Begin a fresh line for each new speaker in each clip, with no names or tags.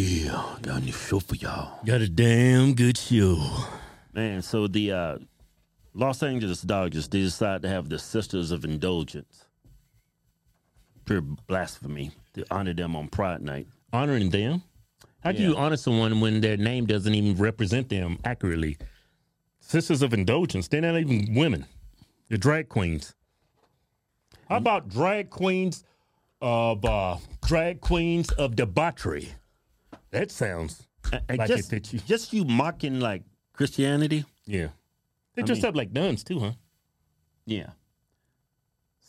Yeah, got a new show for y'all.
Got a damn good show.
Man, so the uh, Los Angeles Dodgers they decide to have the Sisters of Indulgence. Pure blasphemy to honor them on Pride Night.
Honoring them. How do you honor someone when their name doesn't even represent them accurately? Sisters of Indulgence, they're not even women. They're drag queens. How about drag queens of uh, drag queens of debauchery? That sounds
And, and
Like they
just,
fit you.
just you mocking like Christianity.
yeah. They
I
dressed
mean-
up like nuns too, huh?
Yeah.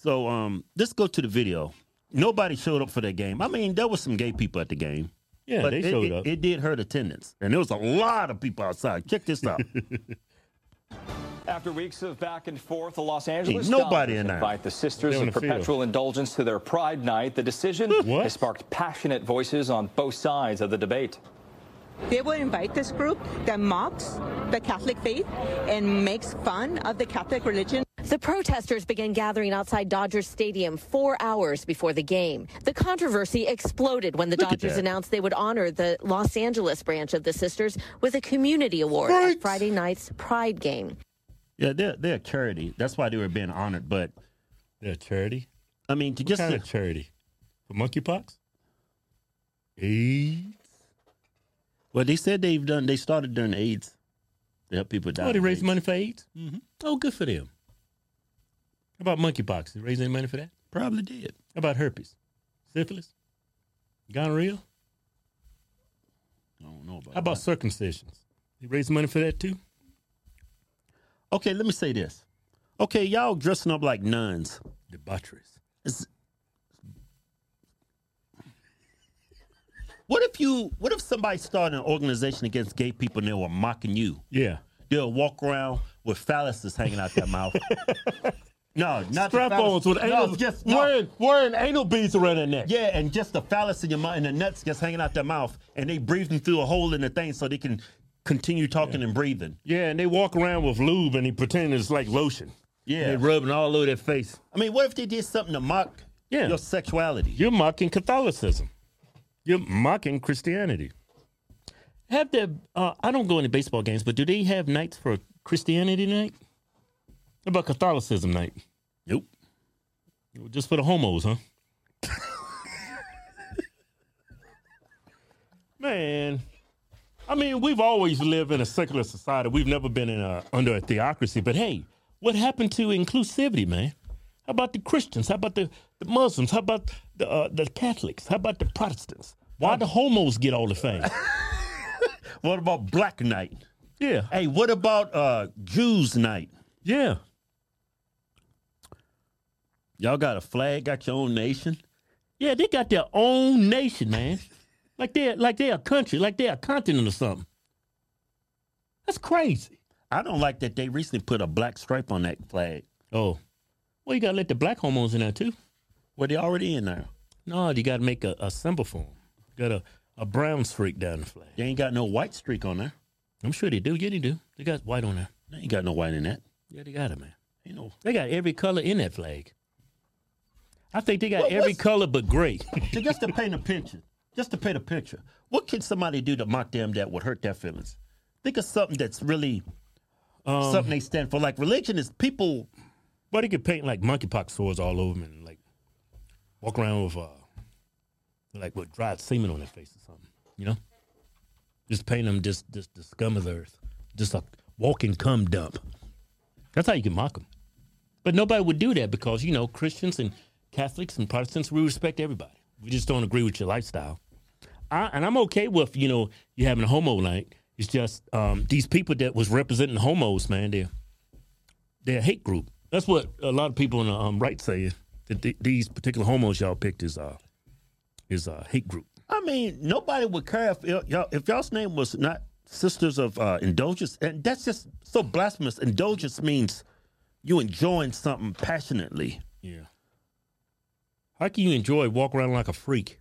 So um, let's go to the video. Nobody showed up for that game. I mean, there was some gay people at the game.
Yeah,
but
they
it,
showed
it-
up.
It did hurt attendance, and there was a lot of people outside. Check this out.
After weeks of back and forth, the Los Angeles
nobody
Dodgers
in there.
invite the Sisters
They're in
of
the field.
Perpetual Indulgence to their Pride Night. The decision
What?
has sparked passionate voices on both sides of the debate.
They will invite this group that mocks the Catholic faith and makes fun of the Catholic religion.
The protesters began gathering outside Dodgers Stadium four hours before the game. The controversy exploded when the
Look at
Dodgers
that.
announced they would honor the Los Angeles branch of the sisters with a community award
Right.
at Friday night's Pride game.
yeah, they're they're a charity. That's why they were being honored. But
They're a charity.
I mean, to
What
just
kind of charity? For monkeypox? AIDS?
well, they said they've done. They started doing AIDS to help people die.
Oh, they
of
raise
AIDS.
money for AIDS? Mm-hmm. Oh, good for them. How about monkeypox? Did they raise any money for that?
Probably did.
How about herpes? Syphilis? Gonorrhea?
I don't know about.
How about
that.
circumcisions? They raise money for that too?
Okay, let me say this. Okay, y'all dressing up like nuns.
Debaucheries.
It's- What if you? What if somebody started an organization against gay people and they were mocking you?
Yeah.
They'll walk around with phalluses hanging out their mouth. no, not the
Strap-ons
phallus-
with
no,
anal,
just no.
wearing, wearing anal beads around their neck.
Yeah, and just the phallus in your mouth and the nuts just hanging out their mouth, and they breathing through a hole in the thing so they can continue talking and breathing.
Yeah, and they walk around with lube and they pretend it's like lotion.
Yeah.
They rubbing all over their face.
I mean, what if they did something to mock
Yeah.
your sexuality?
You're mocking Catholicism. You're mocking Christianity. Have the uh, I don't go into baseball games, but do they have nights for Christianity night? What about Catholicism night?
Nope.
Just for the homos, huh? Man, I mean, we've always lived in a secular society. We've never been in a, under a theocracy. But hey, what happened to inclusivity, man? How about the Christians? How about the, the Muslims? How about the uh, the Catholics? How about the Protestants? Why the homos get all the fame?
What about Black Night?
yeah,
Hey, what about uh Jews Night?
yeah.
Y'all got a flag, got your own nation.
Yeah, they got their own nation, man. Like they're like they're a country, like they're a continent or something. That's crazy.
I don't like that they recently put a black stripe on that flag.
Oh. Well, you gotta let the black homos in there too.
Well, they already in there.
No, you gotta make a, a symbol for them. You got a, a brown streak down the flag.
They ain't got no white streak on there.
I'm sure they do. Yeah, they do. They got white on there.
They ain't got no white in that.
Yeah, they got it, man.
You know.
They got every color in that flag. I think they got
What-
every
what's-
color but gray.
So just to paint a picture, just to paint a picture, what can somebody do to mock them that would hurt their feelings? Think of something that's really
Um,
something they stand for. Like religion is people.
But he could paint like monkeypox sores all over him and like walk around with uh like with dried semen on their face or something, you know? Just paint them just just the scum of the earth. Just a walking cum dump. That's how you can mock them. But nobody would do that because, you know, Christians and Catholics and Protestants, we respect everybody. We just don't agree with your lifestyle. I, and I'm okay with, you know, you having a homo night. It's just um, these people that was representing homos, man, they're they're a hate group. That's what a lot of people on the um, right say that th- these particular homos y'all picked is uh is a hate group.
I mean, nobody would care if y- y'all if y'all's name was not Sisters of uh, Indulgence, and that's just so blasphemous. Indulgence means you enjoying something passionately.
Yeah. How can you enjoy walk around like a freak?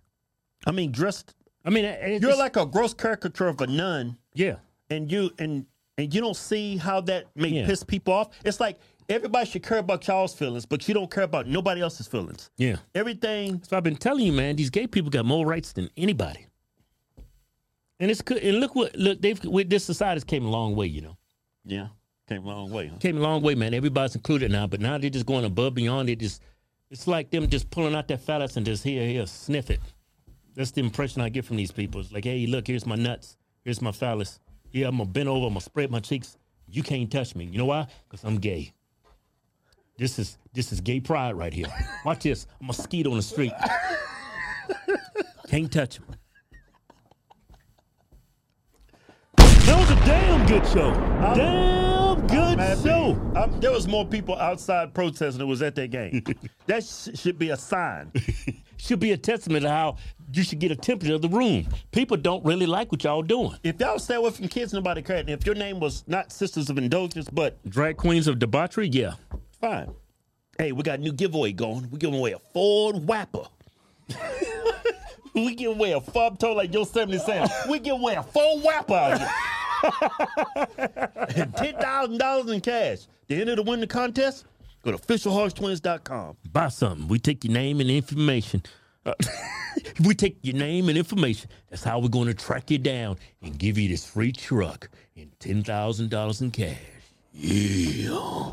I mean, dressed.
I mean, it- it's,
You're like a gross caricature of a nun,
yeah,
and you and and you don't see how that may
Yeah.
piss people off. It's like everybody should care about y'all's feelings, but you don't care about nobody else's feelings.
yeah.
Everything.
So I've been telling you, man, these gay people got more rights than anybody. And it's good. And look what look they've with this society's came a long way. You know,
Yeah, came a long way. Huh?
came a long way, man. Everybody's included now, but now they're just going above beyond. They just it's like them just pulling out their phallus and just here here sniff it. That's the impression I get from these people. It's like, hey, look, here's my nuts, here's my phallus. Yeah, I'm gonna bend over, I'm gonna spread my cheeks. You can't touch me. You know why? Because I'm gay. This is this is gay pride right here. Watch this. I'm gonna skeet on the street. can't touch him. That was a damn good show. damn good
Mad
show.
B, um, there was more people outside protesting than was at that game. that sh- should be a sign.
should be a testament to how you should get a temperature of the room. People don't really like what y'all doing.
If y'all stay away from kids, nobody cared. And if your name was not Sisters of Indulgence, but
Drag queens of debauchery, yeah.
fine. Hey, we got a new giveaway going. We're giving away a Ford Whapper. we giving away a fob toe like Yosemite Sam. We giving away a Ford Whapper out here. and $10,000 in cash. The end of the winter contest, go to officialharstwins.com.
Buy something. We take your name and information. Uh, we take your name and information. That's how we're going to track you down and give you this free truck and ten thousand dollars in cash.
Yeah.